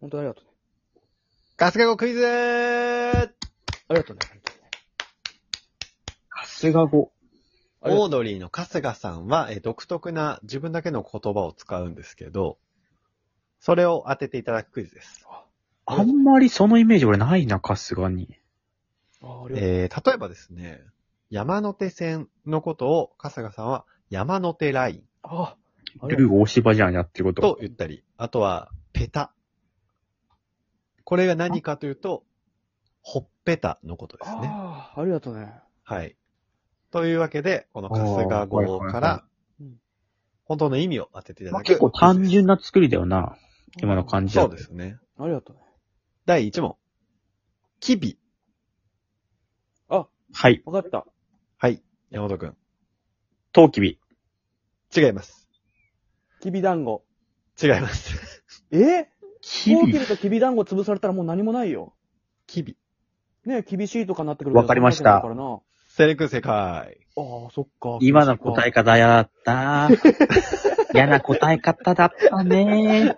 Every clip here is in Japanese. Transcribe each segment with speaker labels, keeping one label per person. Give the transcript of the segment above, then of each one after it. Speaker 1: 本当にありがとうね。
Speaker 2: ガスケゴクイズー
Speaker 1: ありがとうね、本当にね。
Speaker 3: カスガ語。
Speaker 1: ありが
Speaker 2: オードリーの春日さんは、えー独特な自分だけの言葉を使うんですけど、それを当てていただくクイズです。
Speaker 3: あんまりそのイメージ俺ないな、カスガに。
Speaker 1: あーありがとう。
Speaker 2: えー例えばですね、山手線のことを春日さんは山手ライン
Speaker 1: あーありがと
Speaker 3: ルーゴ押し場じゃんやってこと。
Speaker 2: と言ったり、あとはペタ。これが何かというと、ほっぺたのことです
Speaker 1: う。
Speaker 2: ね。
Speaker 1: ああ、ありがとうね。
Speaker 2: はい。というわけで、この春日語
Speaker 3: あーは
Speaker 2: か
Speaker 3: いはいは
Speaker 2: ら
Speaker 1: いうん、
Speaker 2: 本当の意味を当てていただ
Speaker 3: まあ、
Speaker 2: く。
Speaker 3: 結構単純な作りだよな。今の感じだ
Speaker 2: そう
Speaker 3: と
Speaker 2: ですね。
Speaker 1: ありがとうね。
Speaker 2: 第1問。キビ。
Speaker 3: はい。
Speaker 1: わかった。
Speaker 2: はい。山本くん。
Speaker 3: トウキビ。
Speaker 2: 違います。
Speaker 1: きび団子。
Speaker 2: 違います。
Speaker 1: え
Speaker 3: キ
Speaker 1: フォーキルときび団子潰されたらもう何もないよ。
Speaker 2: キビ。
Speaker 1: ね厳しいとかなってくる
Speaker 3: わかりました
Speaker 1: ああー、
Speaker 2: セレク正解。
Speaker 1: そっか。
Speaker 3: 今の答え方嫌だった。嫌な答え方だったね。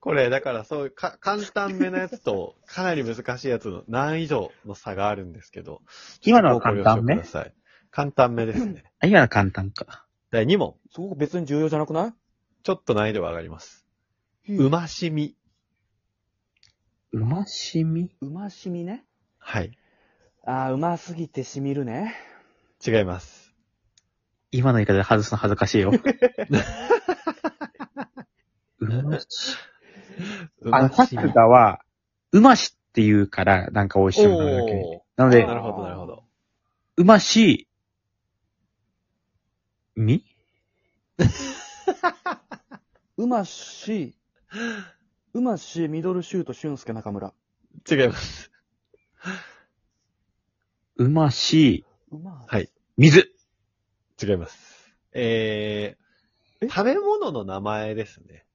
Speaker 2: これ、だからそういうか、簡単めなやつ と、かなり難しいやつの何以上の差があるんですけど。
Speaker 3: 今のは簡単め
Speaker 2: ご了承ください簡単めですね。
Speaker 3: あ今の簡単か。
Speaker 2: 第2問。
Speaker 1: すごく別に重要じゃなくない
Speaker 2: ちょっと難易度が上がります。
Speaker 1: うん
Speaker 2: うましみ。
Speaker 3: うましみ
Speaker 1: うましみね。
Speaker 2: はい。
Speaker 1: ああ、うますぎてしみるね。
Speaker 2: 違います。
Speaker 3: 今の言い方で外すの恥ずかしいよ。うまし。
Speaker 2: う
Speaker 3: あの、サ
Speaker 2: まし
Speaker 3: ク
Speaker 2: み。
Speaker 3: ダは、うましって言うから、なんか美味しいものだけに。
Speaker 2: お
Speaker 3: なの
Speaker 2: ー。
Speaker 3: で
Speaker 2: な、るほど、なるほど。
Speaker 3: うまし、み
Speaker 1: うまし、うまし、ミドルシュート、俊介中村。
Speaker 2: 違います。
Speaker 3: うまし、
Speaker 1: うま
Speaker 2: はい
Speaker 3: 水。
Speaker 2: 違います。えー、
Speaker 1: え
Speaker 2: 食べ物の名前ですね。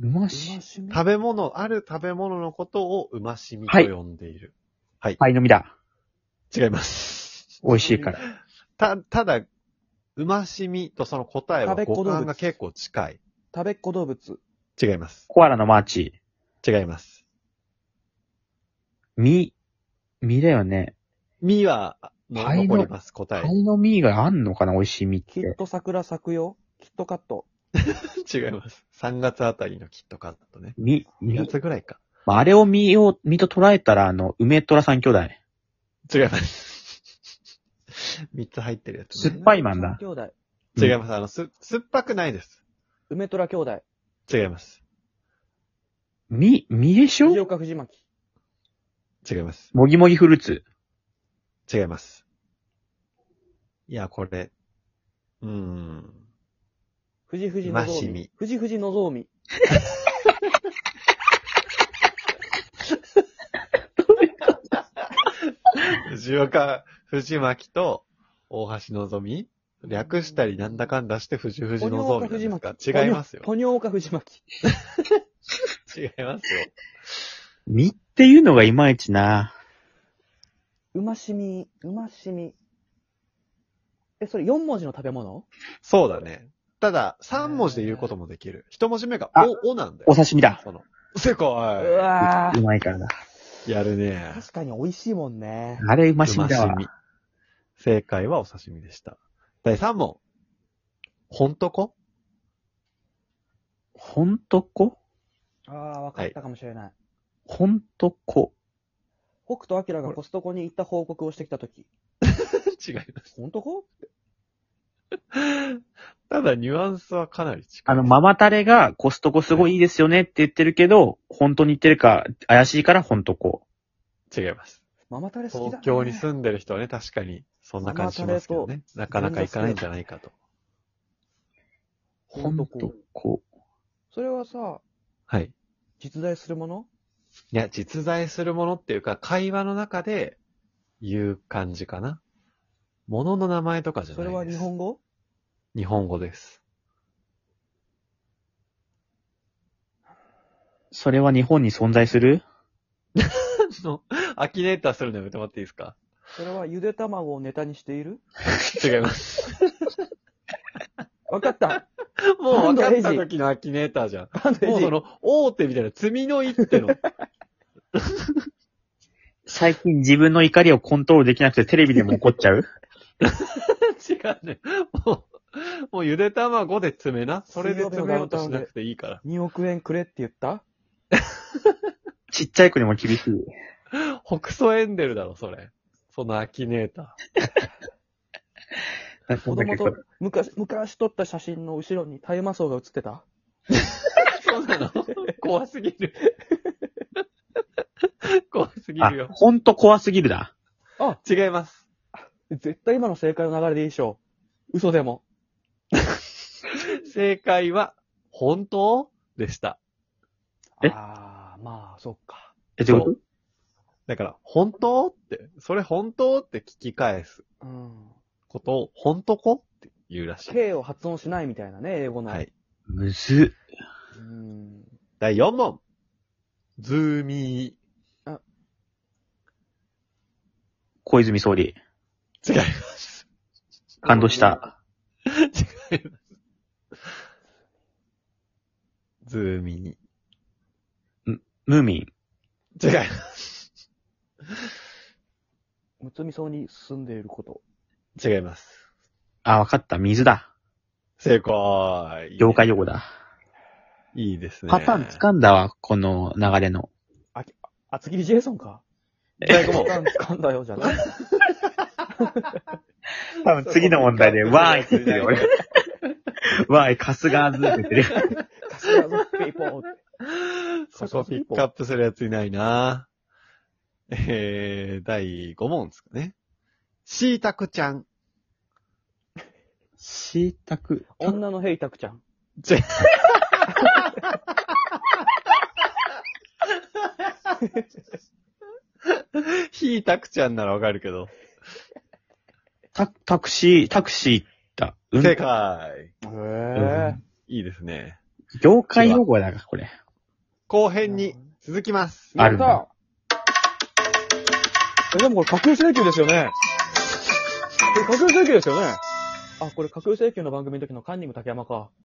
Speaker 3: うま
Speaker 1: うま
Speaker 3: し、
Speaker 1: しみ
Speaker 2: 食べ物、ある食べ物のことをうましみと呼んでいる。
Speaker 3: パイの実だ。
Speaker 2: 違います。
Speaker 3: 美味しいから。
Speaker 2: た、ただ、うましみとその答えは
Speaker 1: 食べっ子動
Speaker 2: 語
Speaker 1: 物
Speaker 2: 感が結構近い。
Speaker 1: 食べっ子動物。
Speaker 2: 違います。
Speaker 3: コアラのマーチ。
Speaker 2: 違います。
Speaker 3: み、みだよね。
Speaker 2: みは、もう
Speaker 3: 灰の
Speaker 2: 残ります、答
Speaker 3: パ
Speaker 2: え。
Speaker 3: イの実があんのかな美味しいみっ。
Speaker 1: きってと桜咲くよ。きっとカット。
Speaker 2: 違います。3月あたりのキットカットね。
Speaker 3: み、
Speaker 2: 2
Speaker 3: み。
Speaker 2: 月ぐらいか。
Speaker 3: まあ、あれをみを、みと捉えたら、あの、梅虎三兄弟。
Speaker 2: 違います。3つ入ってるやつ、
Speaker 3: 酸っぱいマン
Speaker 1: 三
Speaker 3: だ。
Speaker 1: 兄弟。
Speaker 2: 違います。あの、す、酸っぱくないです。
Speaker 1: 梅虎兄弟。
Speaker 2: 違います。
Speaker 3: み、みでし
Speaker 1: 藤
Speaker 3: ょ
Speaker 1: 岡藤巻。
Speaker 2: 違います。
Speaker 3: もぎもぎフルーツ。
Speaker 2: 違います。いや、これ。うーん。
Speaker 1: 藤藤のぞ
Speaker 2: うまし
Speaker 1: うみ
Speaker 2: み。
Speaker 1: 藤藤のぞうみ。
Speaker 2: 藤岡、藤巻と大橋のぞみ略したりなんだかんだして藤藤のぞみなんですか違いますよ。
Speaker 1: ポニョーカ藤巻。
Speaker 2: 違いますよ。
Speaker 3: みっていうのがいまいちな。
Speaker 1: うましみ、うましみ。え、それ4文字の食べ物
Speaker 2: そうだね。ただ、3文字で言うこともできる。1文字目が
Speaker 3: あ
Speaker 2: お、おなんだよ。
Speaker 3: お刺身だ。
Speaker 2: その。世
Speaker 1: う
Speaker 2: 界
Speaker 1: わ
Speaker 3: う
Speaker 1: ー
Speaker 3: まいからだ。
Speaker 2: やるね。
Speaker 1: 確かに美味しいもんね。
Speaker 3: あれうましみだ
Speaker 2: う
Speaker 3: わ
Speaker 2: ま。しみ正解はお刺身でした。第3問。ほんとこ
Speaker 3: ほんとこ
Speaker 1: ああ、わかったかもしれない。
Speaker 3: ほんとこ。
Speaker 1: 北斗晶がコストコに行った報告をしてきたとき。
Speaker 2: 違います。
Speaker 1: ほんとこ
Speaker 2: ただ、ニュアンスはかなり近い。
Speaker 3: あの、ママタレがコストコすごいいいですよねって言ってるけど、本当に言ってるか怪しいからほんとこ。
Speaker 2: 違います。
Speaker 1: ママタレ好きだ、
Speaker 2: 東
Speaker 1: ね。
Speaker 2: 京に住んでる人はね、確かに、そんな感じしますけどね。なかなか行かないんじゃないかと。
Speaker 3: ほんとこ。
Speaker 1: それはさ、
Speaker 2: はい。
Speaker 1: 実在するもの
Speaker 2: いや、実在するものっていうか、会話の中で言う感じかな。ものの名前とかじゃ
Speaker 1: そ
Speaker 2: ない
Speaker 1: れ
Speaker 2: です。
Speaker 1: は日本語
Speaker 2: 日本語です。
Speaker 3: それは日本に存在する
Speaker 2: あの、アキネーターするのやめてもらっていいですか
Speaker 1: それはゆで 卵をネタにしている
Speaker 2: 違います。
Speaker 1: わかった
Speaker 2: もう分かっ
Speaker 1: 安藤
Speaker 2: た
Speaker 1: 英二
Speaker 2: 時のアキネーターじゃん。
Speaker 1: あの
Speaker 2: もう
Speaker 1: エイ
Speaker 2: そ
Speaker 1: ジ
Speaker 2: の、大手みたいな、積みの一手の。
Speaker 3: 最近自分の怒りをコントロールできなくてテレビでも怒っちゃう
Speaker 2: 違うね。もう、もうゆで卵で詰めな。それで
Speaker 1: 水曜日の
Speaker 2: 詰めようとしなくていいから。
Speaker 1: 2億円くれって言った
Speaker 3: ちっちゃい子にも厳しい。
Speaker 2: 北総エンデルだろ、それ。そのアキネータ
Speaker 1: 子供と昔、昔撮った写真の後ろに大麻草が写ってた
Speaker 2: ー。そうなの怖すぎる。怖すぎ
Speaker 3: あ
Speaker 2: るよ、。
Speaker 3: ほんと怖すぎるな。
Speaker 2: 違います。
Speaker 1: 絶対今の正解の流れでいいでしょう。嘘でも。
Speaker 2: 正解は、本当でした。
Speaker 3: え
Speaker 1: ああ、まあ、そっか。
Speaker 3: え、どういうこ
Speaker 2: そうだから、本当って、それ本当って聞き返す
Speaker 1: うん。
Speaker 2: ことを、本当こって言うらしい。
Speaker 1: K を発音しないみたいなね、英語の。
Speaker 2: はい。
Speaker 3: とむずっ。
Speaker 1: うん。
Speaker 2: 第4問。ズーミ
Speaker 3: 小泉総理。
Speaker 2: ー。違います。
Speaker 3: 感動した。
Speaker 2: 違います。ズーミ
Speaker 3: ムーミン。
Speaker 2: ー。違います。
Speaker 1: むつみそうに住んでいること。
Speaker 2: 違います。
Speaker 3: あ、わかった。水だ。
Speaker 2: 正解。
Speaker 3: 業界用語だ。
Speaker 2: いいですね。
Speaker 3: パターン掴んだわ、この流れの。
Speaker 1: 厚切りジェイソンか。
Speaker 2: 最後も
Speaker 1: 掴ん掴んだよ、じゃない。
Speaker 3: 多分次の問題で、わーいって言ってるよ、俺。わーい、カスガーズって言ってる。
Speaker 1: カスラズピーポーって。
Speaker 2: そこピックアップするやついないなえー、第5問ですかね。しいたくちゃん。
Speaker 3: しいたく。
Speaker 1: 女のヘイタクちゃん。
Speaker 2: ひいたくちゃんならわかるけど。
Speaker 3: タ、タクシー、タクシー行った。うん
Speaker 2: 正解。
Speaker 1: へえ
Speaker 2: いいですね。
Speaker 3: 業界用語だな、これ。
Speaker 2: 後編に続きます。
Speaker 3: あるんだ
Speaker 1: やったえ、でもこれ架空請求ですよね。これ架空請求ですよね。あ、これ架空請求の番組の時のカンニング竹山か。